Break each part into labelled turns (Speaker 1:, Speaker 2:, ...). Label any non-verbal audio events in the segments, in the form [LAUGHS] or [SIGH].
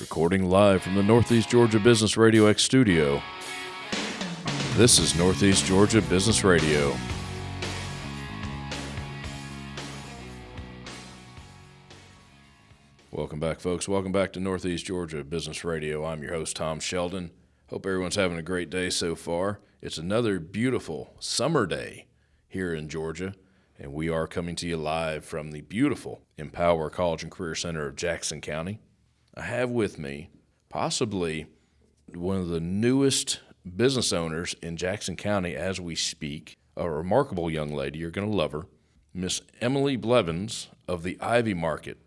Speaker 1: Recording live from the Northeast Georgia Business Radio X studio. This is Northeast Georgia Business Radio. Welcome back, folks. Welcome back to Northeast Georgia Business Radio. I'm your host, Tom Sheldon. Hope everyone's having a great day so far. It's another beautiful summer day here in Georgia, and we are coming to you live from the beautiful Empower College and Career Center of Jackson County. I have with me possibly one of the newest business owners in Jackson County as we speak, a remarkable young lady. You're going to love her, Miss Emily Blevins of the Ivy Market.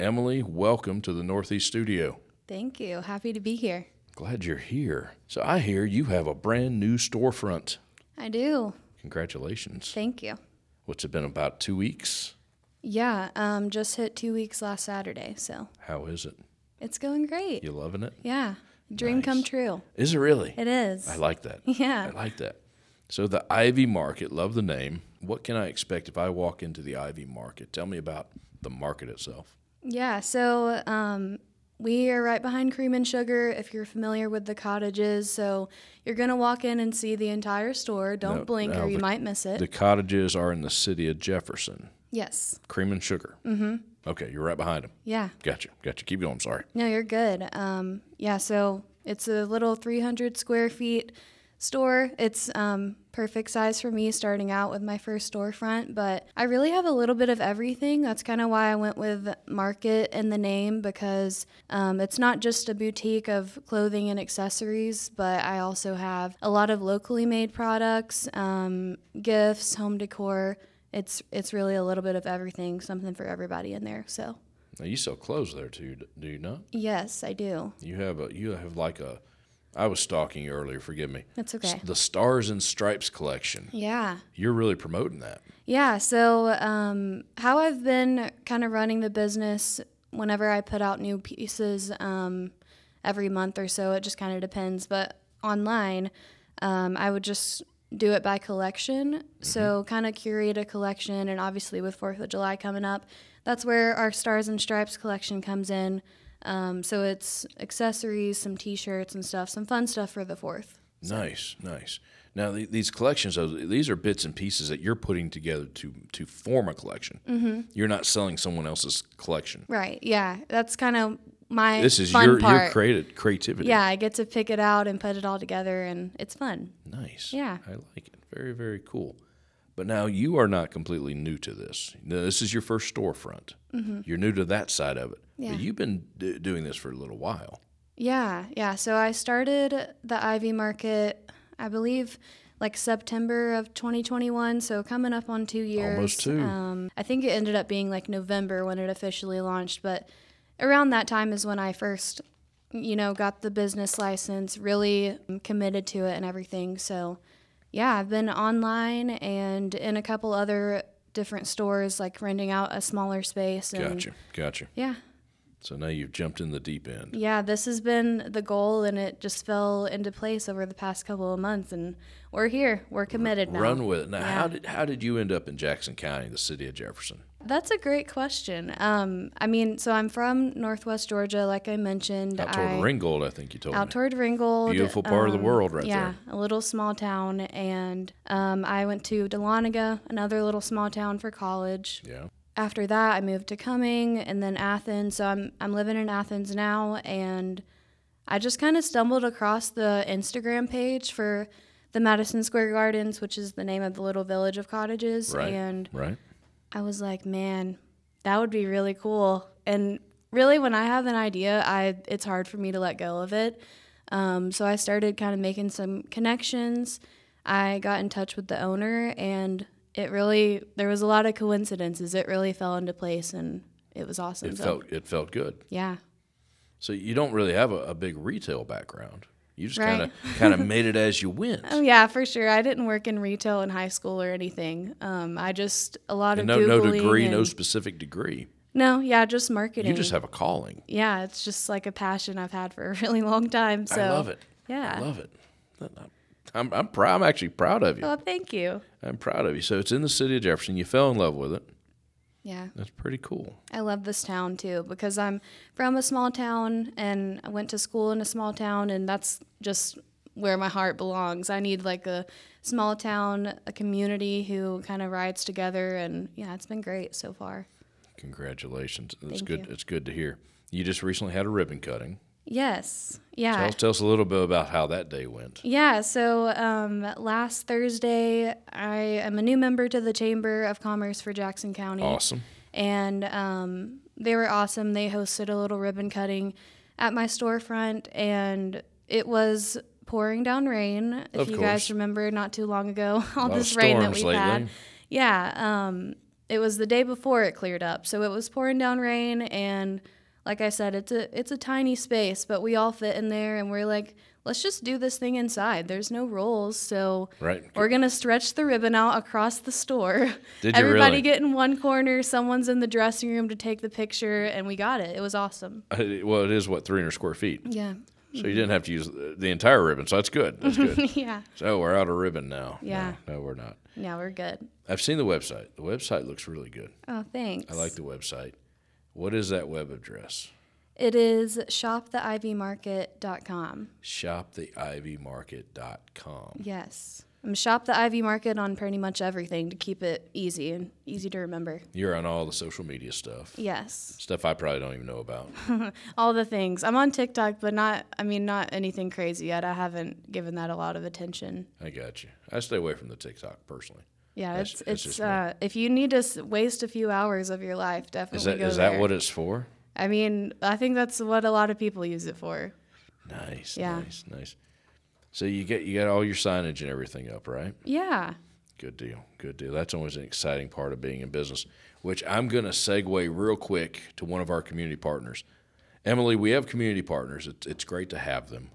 Speaker 1: Emily, welcome to the Northeast Studio.
Speaker 2: Thank you. Happy to be here.
Speaker 1: Glad you're here. So, I hear you have a brand new storefront.
Speaker 2: I do.
Speaker 1: Congratulations.
Speaker 2: Thank you.
Speaker 1: What's it been about two weeks?
Speaker 2: Yeah, um, just hit two weeks last Saturday, so
Speaker 1: How is it?
Speaker 2: it's going great.
Speaker 1: You loving it?
Speaker 2: Yeah, dream come true.
Speaker 1: Is it really?
Speaker 2: It is.
Speaker 1: I like that.
Speaker 2: [LAUGHS] Yeah.
Speaker 1: I like that. So the Ivy Market, love the name. What can I expect if I walk into the Ivy Market? Tell me about the market itself.
Speaker 2: Yeah, so um, we are right behind Cream and Sugar if you're familiar with the cottages. So you're going to walk in and see the entire store. Don't
Speaker 1: No,
Speaker 2: blink
Speaker 1: no,
Speaker 2: or you
Speaker 1: the-
Speaker 2: might miss it.
Speaker 1: The cottages are in the city of Jefferson.
Speaker 2: yes.
Speaker 1: Cream and sugar. Mm-hmm. Okay, you're right behind them.
Speaker 2: Yeah.
Speaker 1: Gotcha. Gotcha. Keep going. I'm sorry.
Speaker 2: No, you're good. Um, yeah, so it's a little 300 square feet store. It's um, perfect size for me starting out with my first storefront, but I really have a little bit of everything. That's kind of why I went with market in the name because um, it's not just a boutique of clothing and accessories, but I also have a lot of locally made products, um, gifts, home decor. It's it's really a little bit of everything, something for everybody in there. So
Speaker 1: Now you sell clothes there too, d- do you not?
Speaker 2: yes, I do.
Speaker 1: You have a you have like a. I was stalking you earlier. Forgive me.
Speaker 2: That's
Speaker 1: S-
Speaker 2: okay.
Speaker 1: The Stars and Stripes collection.
Speaker 2: Yeah.
Speaker 1: You're really promoting that.
Speaker 2: Yeah. So, um, how I've been kind of running the business whenever I put out new pieces um, every month or so, it just kind of depends. But online, um, I would just do it by collection. So,
Speaker 1: Mm-hmm.
Speaker 2: kind of curate a collection. And obviously, with 4th of July coming up, that's where our Stars and Stripes collection comes in. Um, so, it's accessories, some t shirts and stuff, some fun stuff for the 4th.
Speaker 1: Nice, nice. Now the- these collections, though, these are bits and pieces that you're putting together to to form a collection. Mm-hmm. You're not selling someone else's collection.
Speaker 2: Right. Yeah. That's kind of my
Speaker 1: This is
Speaker 2: fun
Speaker 1: your
Speaker 2: part.
Speaker 1: your creative creativity.
Speaker 2: Yeah, I get to pick it out and put it all together, and it's fun.
Speaker 1: Nice.
Speaker 2: Yeah.
Speaker 1: I like it. Very very cool. But now you are not completely new to this. No, this is your first storefront. Mm-hmm. You're new to that side of it.
Speaker 2: Yeah.
Speaker 1: But you've been d- doing this for a little while.
Speaker 2: Yeah, yeah. So I started the Ivy Market, I believe, like September of 2021. So coming up on two years.
Speaker 1: Almost two.
Speaker 2: Um, I think it ended up being like November when it officially launched, but around that time is when I first, you know, got the business license, really um, committed to it and everything. So yeah, I've been online and in a couple other different stores, like renting out a smaller space. And
Speaker 1: Gotcha. Gotcha.
Speaker 2: Yeah.
Speaker 1: So now you've jumped in the deep end.
Speaker 2: Yeah, this has been the goal, and it just fell into place over the past couple of months, and we're here. We're committed now.
Speaker 1: Run with it. Now, how
Speaker 2: Yeah.
Speaker 1: did how did you end up in Jackson County, the city of Jefferson?
Speaker 2: That's a great question. Um, I mean, so I'm from Northwest Georgia, like I mentioned.
Speaker 1: Out toward
Speaker 2: I,
Speaker 1: Ringgold, I think you told me.
Speaker 2: out toward Ringgold. um,
Speaker 1: Beautiful part of the world right
Speaker 2: yeah, a little small town, and um, I went to Dahlonega, another little small town for college.
Speaker 1: Yeah.
Speaker 2: after that I moved to Cumming and then Athens. So I'm I'm living in Athens now and I just kind of stumbled across the Instagram page for the Madison Square Gardens, which is the name of the little village of cottages
Speaker 1: Right.
Speaker 2: and
Speaker 1: Right.
Speaker 2: I was like, man, that would be really cool. And really, when I have an idea, I it's hard for me to let go of it. Um, so I started kind of making some connections. I got in touch with the owner, and it really there was a lot of coincidences. It really fell into place, and it was awesome.
Speaker 1: It
Speaker 2: so,
Speaker 1: felt it felt good.
Speaker 2: yeah,
Speaker 1: So you don't really have a, a big retail background. You just
Speaker 2: Right.
Speaker 1: kind [LAUGHS] of kind of made it
Speaker 2: [LAUGHS]
Speaker 1: as you went.
Speaker 2: oh yeah, for sure. I didn't work in retail in high school or anything. Um, I just a lot of
Speaker 1: no no
Speaker 2: Googling
Speaker 1: degree, no
Speaker 2: and-
Speaker 1: specific degree.
Speaker 2: no, yeah, just marketing.
Speaker 1: You just have a calling.
Speaker 2: yeah, it's just like a passion I've had for a [LAUGHS] really long time. So
Speaker 1: I love it.
Speaker 2: Yeah.
Speaker 1: I love it. I'm I'm proud. I'm actually proud of you.
Speaker 2: Well, Oh, thank you.
Speaker 1: I'm proud of you. So it's in the city of Jefferson. You fell in love with it.
Speaker 2: Yeah.
Speaker 1: That's pretty cool.
Speaker 2: I love this town too because I'm from a small town and I went to school in a small town and that's just where my heart belongs. I need like a small town, a community who kind of rides together and yeah, it's been great so far.
Speaker 1: Congratulations. That's
Speaker 2: Thank
Speaker 1: good.
Speaker 2: you.
Speaker 1: It's good to hear. You just recently had a ribbon cutting.
Speaker 2: Yes. Yeah.
Speaker 1: Tell, us- tell us a little bit about how that day went.
Speaker 2: Yeah, so um, last Thursday, I am a new member to the Chamber of Commerce for Jackson County.
Speaker 1: Awesome.
Speaker 2: and um, they were awesome. They hosted a little ribbon cutting at my storefront, and it was pouring down rain. If
Speaker 1: Of
Speaker 2: you
Speaker 1: course.
Speaker 2: guys remember, not too long ago, [LAUGHS] all
Speaker 1: lot of
Speaker 2: this rain that
Speaker 1: storms
Speaker 2: we've
Speaker 1: lately.
Speaker 2: had. Yeah, um, it was the day before it cleared up, so it was pouring down rain, and like I said, it's a it's a tiny space, but we all fit in there, and we're like. Let's just do this thing inside. There's no rules, so
Speaker 1: Right.
Speaker 2: we're gonna stretch the ribbon out across the store.
Speaker 1: [LAUGHS] Did you
Speaker 2: Everybody
Speaker 1: really?
Speaker 2: get in one corner. Someone's in the dressing room to take the picture, and we got it. It was awesome.
Speaker 1: [LAUGHS] Well, it is what 300 square feet.
Speaker 2: Yeah,
Speaker 1: So you didn't have to use the the entire ribbon. So that's good. That's
Speaker 2: [LAUGHS]
Speaker 1: good.
Speaker 2: [LAUGHS] yeah,
Speaker 1: so we're out of ribbon now.
Speaker 2: Yeah.
Speaker 1: No, no, we're not.
Speaker 2: yeah. We're good.
Speaker 1: I've seen the website. The website looks really good.
Speaker 2: Oh, thanks.
Speaker 1: I like the website. What is that web address?
Speaker 2: It is shoptheivymarket.com.
Speaker 1: shoptheivymarket.com.
Speaker 2: Yes, I'm shop the Ivy Market on pretty much everything to keep it easy and easy to remember.
Speaker 1: You're on all the social media stuff.
Speaker 2: Yes,
Speaker 1: Stuff I probably don't even know about.
Speaker 2: all the things. I'm on TikTok, but not. I mean, not anything crazy yet. I haven't given that a lot of attention.
Speaker 1: I got you. I stay away from the TikTok personally.
Speaker 2: Yeah,
Speaker 1: That's-
Speaker 2: it's
Speaker 1: that's
Speaker 2: it's
Speaker 1: just me.
Speaker 2: uh, if you need to s- waste a few hours of your life, definitely
Speaker 1: Is that
Speaker 2: go
Speaker 1: is
Speaker 2: there.
Speaker 1: that what it's for?
Speaker 2: I mean, I think that's what a lot of people use it for.
Speaker 1: Nice,
Speaker 2: Yeah.
Speaker 1: nice, nice. So you get you got all your signage and everything up, right?
Speaker 2: Yeah.
Speaker 1: Good deal. Good deal. That's always an exciting part of being in business, which I'm going to segue real quick to one of our community partners. Emily, we have community partners. It's, it's great to have them.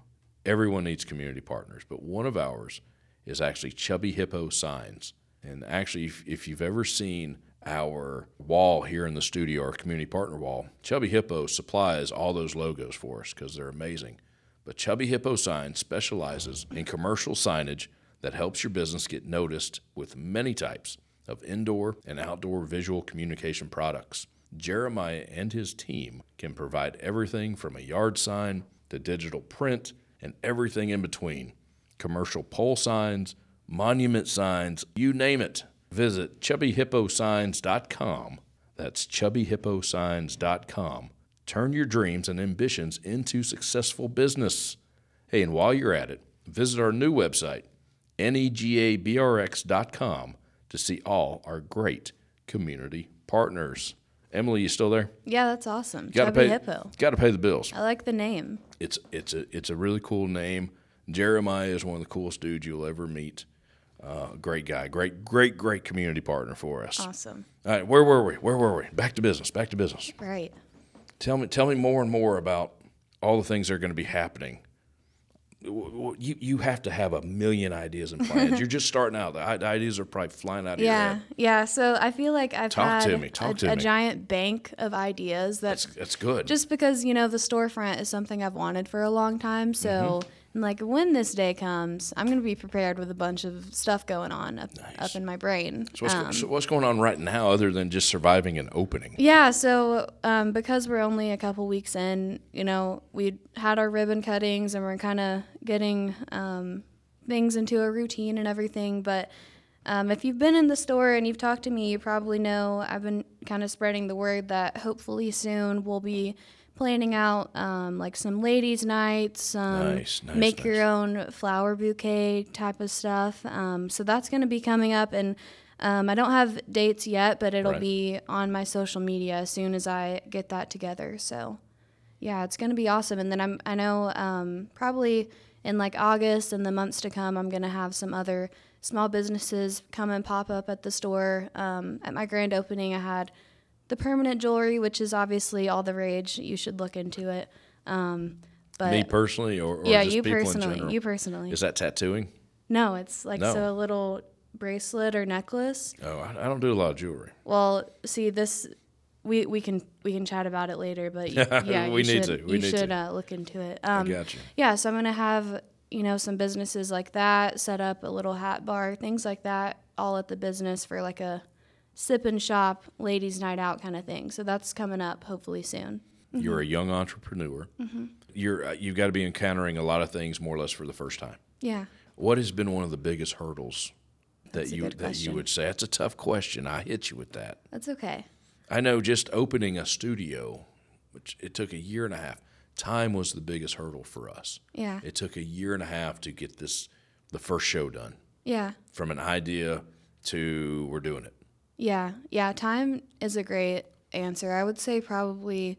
Speaker 1: Everyone needs community partners, but one of ours is actually Chubby Hippo Signs. And actually, if, if you've ever seen our wall here in the studio, our community partner wall, Chubby Hippo supplies all those logos for us because they're amazing. But Chubby Hippo Sign specializes in commercial signage that helps your business get noticed with many types of indoor and outdoor visual communication products. Jeremiah and his team can provide everything from a yard sign to digital print and everything in between commercial pole signs, monument signs, you name it. Visit chubbyhipposigns.com. That's chubbyhipposigns.com. Turn your dreams and ambitions into successful business. Hey, and while you're at it, visit our new website, E negabrx.com, to see all our great community partners. Emily, you still there?
Speaker 2: Yeah, that's awesome.
Speaker 1: Gotta
Speaker 2: Chubby
Speaker 1: pay,
Speaker 2: Hippo.
Speaker 1: Got to pay the bills
Speaker 2: I like the name.
Speaker 1: it's it's a it's a really cool name. Jeremiah is one of the coolest dudes you'll ever meet. Uh, great guy, great great great community partner for us.
Speaker 2: Awesome.
Speaker 1: All right, where were we? Where were we? Back to business. Back to business.
Speaker 2: Right.
Speaker 1: Tell me tell me more and more about all the things that are going to be happening. W- w- You you have to have a million ideas and
Speaker 2: [LAUGHS]
Speaker 1: plans. You're just starting out. The i- the ideas are probably flying out of your
Speaker 2: Yeah.
Speaker 1: head.
Speaker 2: Yeah. So I feel like I've
Speaker 1: Talk
Speaker 2: had
Speaker 1: to me, talk
Speaker 2: a,
Speaker 1: to
Speaker 2: a
Speaker 1: me.
Speaker 2: giant bank of ideas that
Speaker 1: That's that's good.
Speaker 2: just because you know the storefront is something I've wanted for a long time. So
Speaker 1: Mm-hmm.
Speaker 2: I'm like when this day comes, I'm gonna be prepared with a bunch of stuff going on up, up in my brain.
Speaker 1: so, what's, go- so what's going on right now other than just surviving an opening?
Speaker 2: Yeah, so um, because we're only a couple weeks in, you know, we had our ribbon cuttings and we're kind of getting um, things into a routine and everything. But um, if you've been in the store and you've talked to me, you probably know I've been kind of spreading the word that hopefully soon we'll be planning out um, like some ladies' nights, some
Speaker 1: Nice, nice,
Speaker 2: make your
Speaker 1: nice.
Speaker 2: own own flower bouquet type of stuff. Um, so that's going to be coming up, and um, I don't have dates yet, but it'll
Speaker 1: Right.
Speaker 2: be on my social media as soon as I get that together. So, yeah, it's going to be awesome. And then I'm I know um, probably in like August and the months to come, I'm going to have some other small businesses come and pop up at the store. Um, at my grand opening, I had the permanent jewelry, which is obviously all the rage. You should look into it. Um, but
Speaker 1: Me personally, or, or
Speaker 2: yeah,
Speaker 1: just
Speaker 2: you
Speaker 1: people in
Speaker 2: personally,
Speaker 1: general?
Speaker 2: you personally.
Speaker 1: Is that tattooing?
Speaker 2: No, it's like
Speaker 1: No.
Speaker 2: so a little bracelet or necklace.
Speaker 1: Oh, I, I don't do a lot of jewelry.
Speaker 2: Well, see this we, we can we can chat about it
Speaker 1: [LAUGHS]
Speaker 2: later, but y- yeah,
Speaker 1: We
Speaker 2: you
Speaker 1: need
Speaker 2: should,
Speaker 1: to, we
Speaker 2: you
Speaker 1: need
Speaker 2: should
Speaker 1: to.
Speaker 2: Uh, look into it. Um,
Speaker 1: Gotcha.
Speaker 2: yeah, so I'm gonna have you know some businesses like that set up a little hat bar, things like that, all at the business for like a sip and shop, ladies' night out kind of thing. So that's coming up hopefully soon.
Speaker 1: You're a young entrepreneur.
Speaker 2: Mm-hmm.
Speaker 1: You're uh, you've got to be encountering a lot of things more or less for the first time.
Speaker 2: Yeah.
Speaker 1: What has been one of the biggest hurdles
Speaker 2: That's
Speaker 1: that
Speaker 2: a
Speaker 1: you
Speaker 2: good
Speaker 1: that you
Speaker 2: question.
Speaker 1: would say? That's a tough question. I hit you with that.
Speaker 2: That's okay.
Speaker 1: I know just opening a studio, which it took a year and a half. Time was the biggest hurdle for us.
Speaker 2: Yeah.
Speaker 1: It took a year and a half to get this the first show done
Speaker 2: Yeah.
Speaker 1: from an idea to we're doing it.
Speaker 2: Yeah, yeah, time is a great answer. I would say probably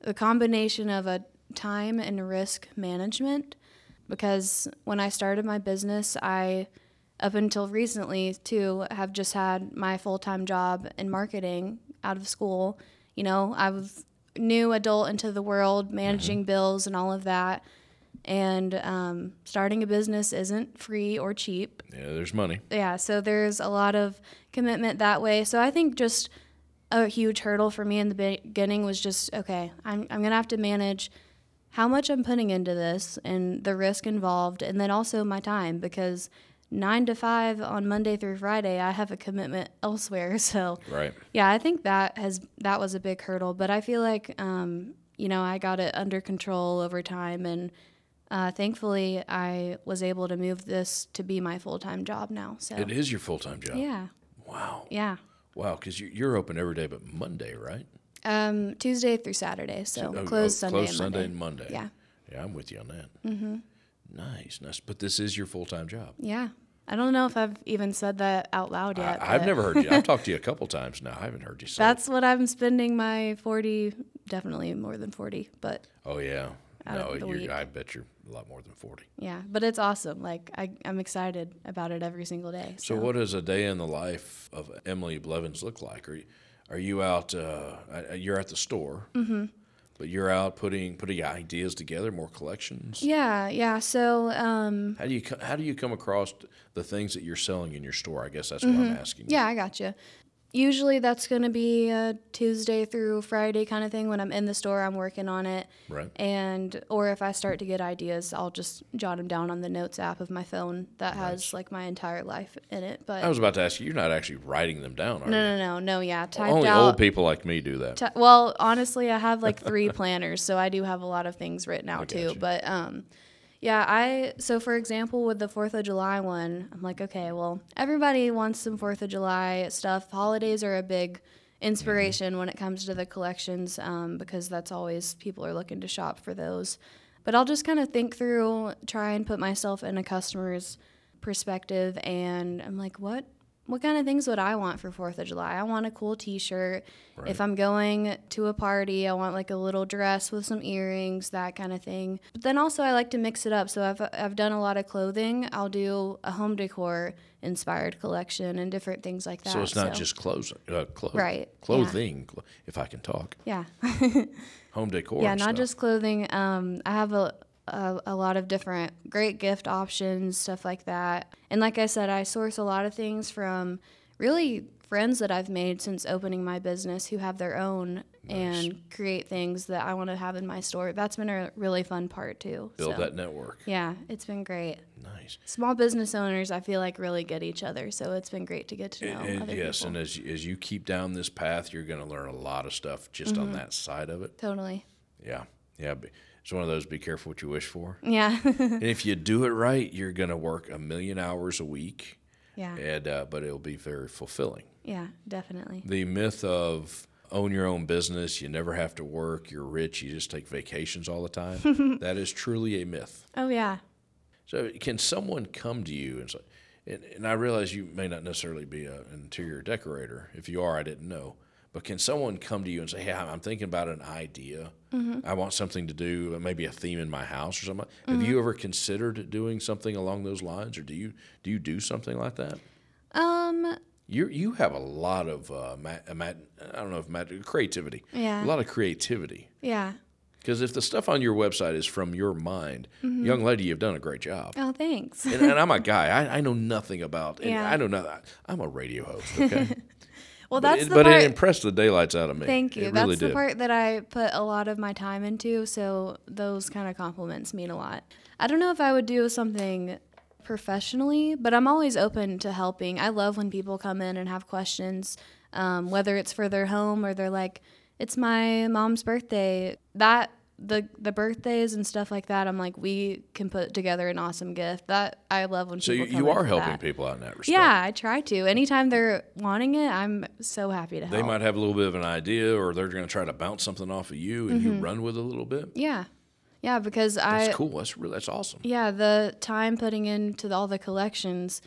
Speaker 2: the combination of a time and risk management because when I started my business, I up until recently too have just had my full-time job in marketing out of school. You know, I was new adult into the world, managing bills and all of that. And um, starting a business isn't free or cheap
Speaker 1: Yeah, there's money.
Speaker 2: yeah so there's a lot of commitment that way so i think just a huge hurdle for me in the beginning was just okay i'm, I'm gonna have to manage how much i'm putting into this and the risk involved and then also my time because nine to five on monday through friday i have a commitment elsewhere [LAUGHS] so
Speaker 1: Right.
Speaker 2: yeah, I think that has that was a big hurdle, but I feel like um, you know I got it under control over time, and uh, thankfully I was able to move this to be my full time job now. So
Speaker 1: It is your full time job.
Speaker 2: yeah,
Speaker 1: Wow.
Speaker 2: yeah,
Speaker 1: Wow. Because you, you're open every day but Monday, right?
Speaker 2: um, Tuesday through Saturday, so
Speaker 1: Oh,
Speaker 2: closed
Speaker 1: oh,
Speaker 2: Sunday
Speaker 1: closed
Speaker 2: and
Speaker 1: Sunday
Speaker 2: Monday.
Speaker 1: and Monday.
Speaker 2: Yeah.
Speaker 1: Yeah, I'm with you on that. Mm-hmm. Nice, nice. But this is your full time job.
Speaker 2: Yeah, I don't know if I've even said that out loud yet.
Speaker 1: I, I've
Speaker 2: but
Speaker 1: never heard you. I've
Speaker 2: [LAUGHS]
Speaker 1: talked to you a couple times now. I haven't heard you say.
Speaker 2: That's what I'm spending my forty, definitely more than forty, but
Speaker 1: oh yeah.
Speaker 2: out
Speaker 1: No,
Speaker 2: of the
Speaker 1: you're,
Speaker 2: week.
Speaker 1: I bet you're a lot more than forty.
Speaker 2: yeah, but it's awesome. Like I, I'm excited about it every single day.
Speaker 1: So, what does a day in the life of Emily Blevins look like? Are you, are you out? Uh, uh, you're at the store,
Speaker 2: Mm-hmm.
Speaker 1: but you're out putting putting ideas together, more collections.
Speaker 2: Yeah, yeah. So, um,
Speaker 1: How do you co- how do you come across the things that you're selling in your store? I guess that's what
Speaker 2: Mm-hmm.
Speaker 1: I'm asking.
Speaker 2: yeah, I gotcha. Usually that's going to be a Tuesday through Friday kind of thing. When I'm in the store, I'm working on it.
Speaker 1: Right.
Speaker 2: And, or if I start to get ideas, I'll just jot them down on the notes app of my phone that has like my entire life in it. But
Speaker 1: I was about to ask you. You're not actually writing them down, are you?
Speaker 2: no, no, no, no. Yeah. Typed
Speaker 1: Only
Speaker 2: out.
Speaker 1: old people like me do that.
Speaker 2: T- well, honestly, I have like three planners, so I do have a lot of things written out too.
Speaker 1: gotcha.
Speaker 2: But um, yeah, I so for example with the Fourth of July one, I'm like, okay, well, everybody wants some Fourth of July stuff. Holidays are a big inspiration when it comes to the collections um, because that's always people are looking to shop for those. But I'll just kind of think through, try and put myself in a customer's perspective and I'm like, what what kind of things would I want for 4th of July? I want a cool t-shirt. If I'm going to a party, I want like a little dress with some earrings, that kind of thing. But then also I like to mix it up. So I've I've done a lot of clothing. I'll do a home decor inspired collection and different things like that.
Speaker 1: So it's not just clothes, uh, clothes,
Speaker 2: Right, yeah.
Speaker 1: Clothing, cl- if I can talk,
Speaker 2: Yeah.
Speaker 1: home decor.
Speaker 2: Yeah,
Speaker 1: and
Speaker 2: not
Speaker 1: stuff.
Speaker 2: just clothing. Um, I have a, a a lot of different great gift options, stuff like that. And like I said, I source a lot of things from really friends that I've made since opening my business who have their own and create things that I want to have in my store. That's been a really fun part too.
Speaker 1: build
Speaker 2: so,
Speaker 1: that network.
Speaker 2: Yeah, it's been great.
Speaker 1: Nice.
Speaker 2: Small business owners, I feel like, really get each other. So it's been great to get to know
Speaker 1: And
Speaker 2: Oh, other
Speaker 1: yes,
Speaker 2: people.
Speaker 1: and as as you keep down this path, you're going to learn a lot of stuff just
Speaker 2: Mm-hmm.
Speaker 1: on that side of it.
Speaker 2: totally. [LAUGHS]
Speaker 1: Yeah, yeah. be- It's one of those. Be careful what you wish for. [LAUGHS]
Speaker 2: Yeah.
Speaker 1: and if you do it right, you're going to work a million hours a week,
Speaker 2: yeah.
Speaker 1: and uh, but it'll be very fulfilling.
Speaker 2: Yeah, definitely.
Speaker 1: The myth of own your own business, you never have to work, you're rich, you just take vacations all the time. that is truly a myth.
Speaker 2: Oh, yeah.
Speaker 1: So, can someone come to you and say, and, and I realize you may not necessarily be a, an interior decorator. If you are, I didn't know. But can someone come to you and say, "Hey, I'm I'm thinking about an idea. I want something to do, maybe a theme in my house or something." Have you ever considered doing something along those lines, or do you do you do something like that?
Speaker 2: Um,
Speaker 1: You you have a lot of uh, ma- ma- I don't know if ma- creativity.
Speaker 2: Yeah.
Speaker 1: A lot of creativity.
Speaker 2: yeah.
Speaker 1: Because if the stuff on your website is from your mind,
Speaker 2: Mm-hmm.
Speaker 1: young lady, you've done a great job.
Speaker 2: Oh, thanks.
Speaker 1: and, and I'm a guy. I, I know nothing about. And
Speaker 2: Yeah.
Speaker 1: I know nothing. I'm a radio host. Okay,
Speaker 2: [LAUGHS]
Speaker 1: but,
Speaker 2: Well, that's
Speaker 1: it,
Speaker 2: the
Speaker 1: but
Speaker 2: part.
Speaker 1: it impressed the daylights out of me.
Speaker 2: thank you.
Speaker 1: It
Speaker 2: that's
Speaker 1: really
Speaker 2: the
Speaker 1: did.
Speaker 2: part that I put a lot of my time into. So those kind of compliments mean a lot. I don't know if I would do something professionally, but I'm always open to helping. I love when people come in and have questions. um, whether it's for their home or they're like, it's my mom's birthday. That the the birthdays and stuff like that. I'm like, we can put together an awesome gift. That I love when
Speaker 1: So you,
Speaker 2: people. come
Speaker 1: you
Speaker 2: in
Speaker 1: are
Speaker 2: for
Speaker 1: helping
Speaker 2: that.
Speaker 1: people out in that respect.
Speaker 2: Yeah, I try to. Anytime they're wanting it, I'm so happy to help.
Speaker 1: They might have a little bit of an idea, or they're going to try to bounce something off of you, and you run with it a little bit.
Speaker 2: Mm-hmm. Yeah, yeah, because I
Speaker 1: That's cool. That's really that's awesome.
Speaker 2: Yeah, the time putting into the- all the collections,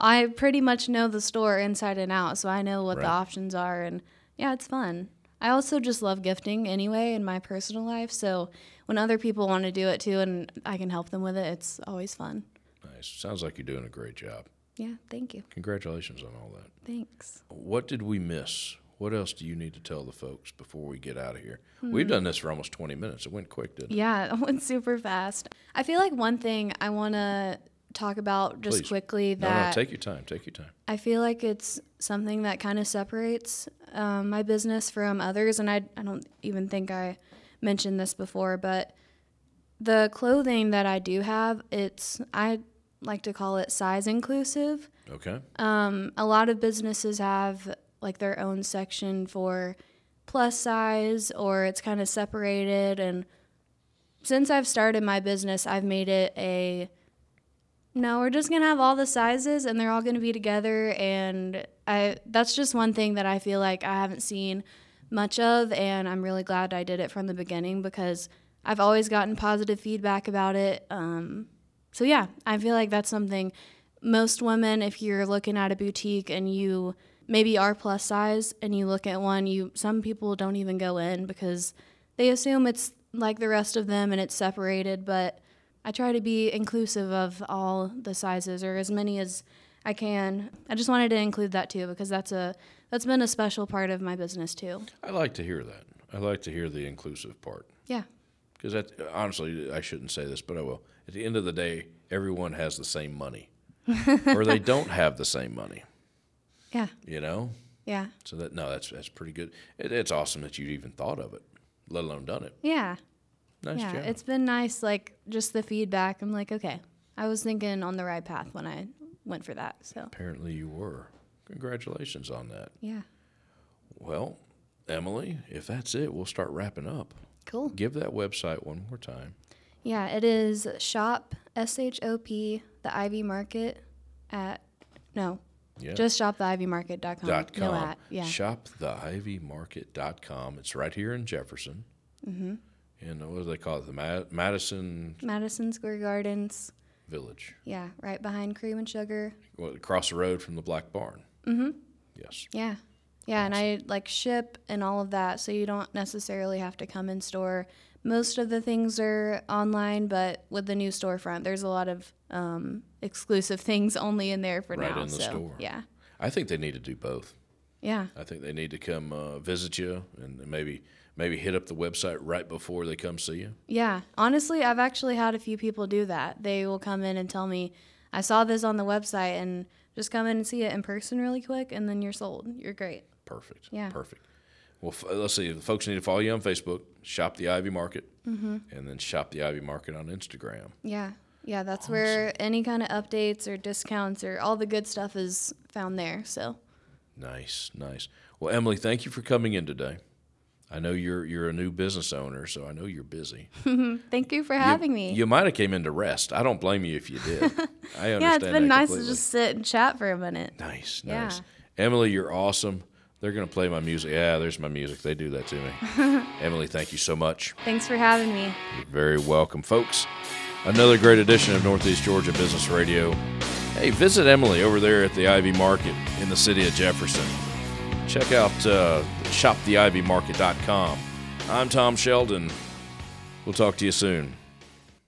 Speaker 2: I pretty much know the store inside and out, so I know what
Speaker 1: Right.
Speaker 2: the options are, and yeah, it's fun. I also just love gifting anyway in my personal life, so when other people want to do it too and I can help them with it, it's always fun.
Speaker 1: Nice. Sounds like you're doing a great job.
Speaker 2: Yeah, thank you.
Speaker 1: Congratulations on all that.
Speaker 2: Thanks.
Speaker 1: What did we miss? What else do you need to tell the folks before we get out of here?
Speaker 2: Hmm.
Speaker 1: We've done this for almost 20 minutes. It went quick, didn't it?
Speaker 2: Yeah, [LAUGHS] it went super fast. I feel like one thing I want to talk about just
Speaker 1: Please.
Speaker 2: quickly
Speaker 1: No, no,
Speaker 2: that
Speaker 1: take your time. Take your time.
Speaker 2: I feel like it's something that kind of separates um, my business from others. And I, I don't even think I mentioned this before, but the clothing that I do have, it's, I like to call it size inclusive.
Speaker 1: Okay.
Speaker 2: Um, a lot of businesses have like their own section for plus size or it's kind of separated. And since I've started my business, I've made it a no, we're just gonna have all the sizes and they're all gonna be together. And I that's just one thing that I feel like I haven't seen much of. And I'm really glad I did it from the beginning because I've always gotten positive feedback about it. Um, so yeah, I feel like that's something most women, if you're looking at a boutique and you maybe are plus size and you look at one, you some people don't even go in because they assume it's like the rest of them and it's separated. But I try to be inclusive of all the sizes or as many as I can. I just wanted to include that too because that's a that's been a special part of my business too.
Speaker 1: I like to hear that. I like to hear the inclusive part.
Speaker 2: Yeah.
Speaker 1: Because that honestly, I shouldn't say this, but I will. At the end of the day, everyone has the same
Speaker 2: [LAUGHS]
Speaker 1: money, or they don't have the same money.
Speaker 2: Yeah.
Speaker 1: You know,
Speaker 2: Yeah.
Speaker 1: so that no, that's that's pretty good. It, it's awesome that you even thought of it, let alone done it.
Speaker 2: Yeah.
Speaker 1: Nice
Speaker 2: yeah,
Speaker 1: job.
Speaker 2: it's been nice. Like just the feedback. I'm like, okay, I was thinking on the right path when I went for that. So
Speaker 1: Apparently, you were. Congratulations on that.
Speaker 2: yeah,
Speaker 1: Well, Emily, if that's it, we'll start wrapping up.
Speaker 2: cool.
Speaker 1: Give that website one more time.
Speaker 2: Yeah, it is shop s h o p the Ivy Market at no,
Speaker 1: Yeah.
Speaker 2: just shop the Ivy Market.com.
Speaker 1: dot
Speaker 2: Oh, No
Speaker 1: com.
Speaker 2: at yeah.
Speaker 1: Shoptheivymarket.com. It's right here in Jefferson. Mm-hmm. In uh, what do they call it? The Ma- Madison
Speaker 2: Madison Square Gardens.
Speaker 1: Village,
Speaker 2: Yeah, right behind Cream and Sugar.
Speaker 1: well, across the road from the Black Barn. Mm-hmm. Yes.
Speaker 2: Yeah. Yeah, and I like ship and all of that, so you don't necessarily have to come in store. Most of the things are online, but with the new storefront, there's a lot of um, exclusive [LAUGHS] things only in there for
Speaker 1: Right
Speaker 2: now.
Speaker 1: in the
Speaker 2: so
Speaker 1: store.
Speaker 2: yeah,
Speaker 1: I think they need to do both.
Speaker 2: yeah,
Speaker 1: I think they need to come uh, visit you and maybe maybe hit up the website right before they come see you.
Speaker 2: yeah. Honestly, I've actually had a few people do that. They will come in and tell me, "I saw this on the website," and just come in and see it in person really quick, and then you're sold. You're great.
Speaker 1: Perfect.
Speaker 2: Yeah.
Speaker 1: Perfect. Well, f- let's see. The folks need to follow you on Facebook, Shop the Ivy Market,
Speaker 2: Mm-hmm.
Speaker 1: and then Shop the Ivy Market on Instagram.
Speaker 2: Yeah, yeah. That's where any kind of updates or discounts or all the good stuff is found there. So.
Speaker 1: Nice, nice. Well, Emily, thank you for coming in today. I know you're you're a new business owner, so I know you're busy.
Speaker 2: Thank you for having
Speaker 1: you,
Speaker 2: me.
Speaker 1: You might have came in to rest. I don't blame you if you
Speaker 2: [LAUGHS]
Speaker 1: did. I understand.
Speaker 2: yeah, it's been
Speaker 1: that
Speaker 2: nice
Speaker 1: completely.
Speaker 2: to just sit and chat for a minute.
Speaker 1: nice,
Speaker 2: Yeah.
Speaker 1: nice. Emily, you're awesome. They're gonna play my music. Yeah, there's my music. They do that to me.
Speaker 2: [LAUGHS]
Speaker 1: Emily, thank you so much.
Speaker 2: Thanks for having me.
Speaker 1: You're very welcome, folks. Another great edition of Northeast Georgia Business Radio. Hey, visit Emily over there at the Ivy Market in the city of Jefferson. Check out uh, shoptheivymarket.com. I'm Tom Sheldon. We'll talk to you soon.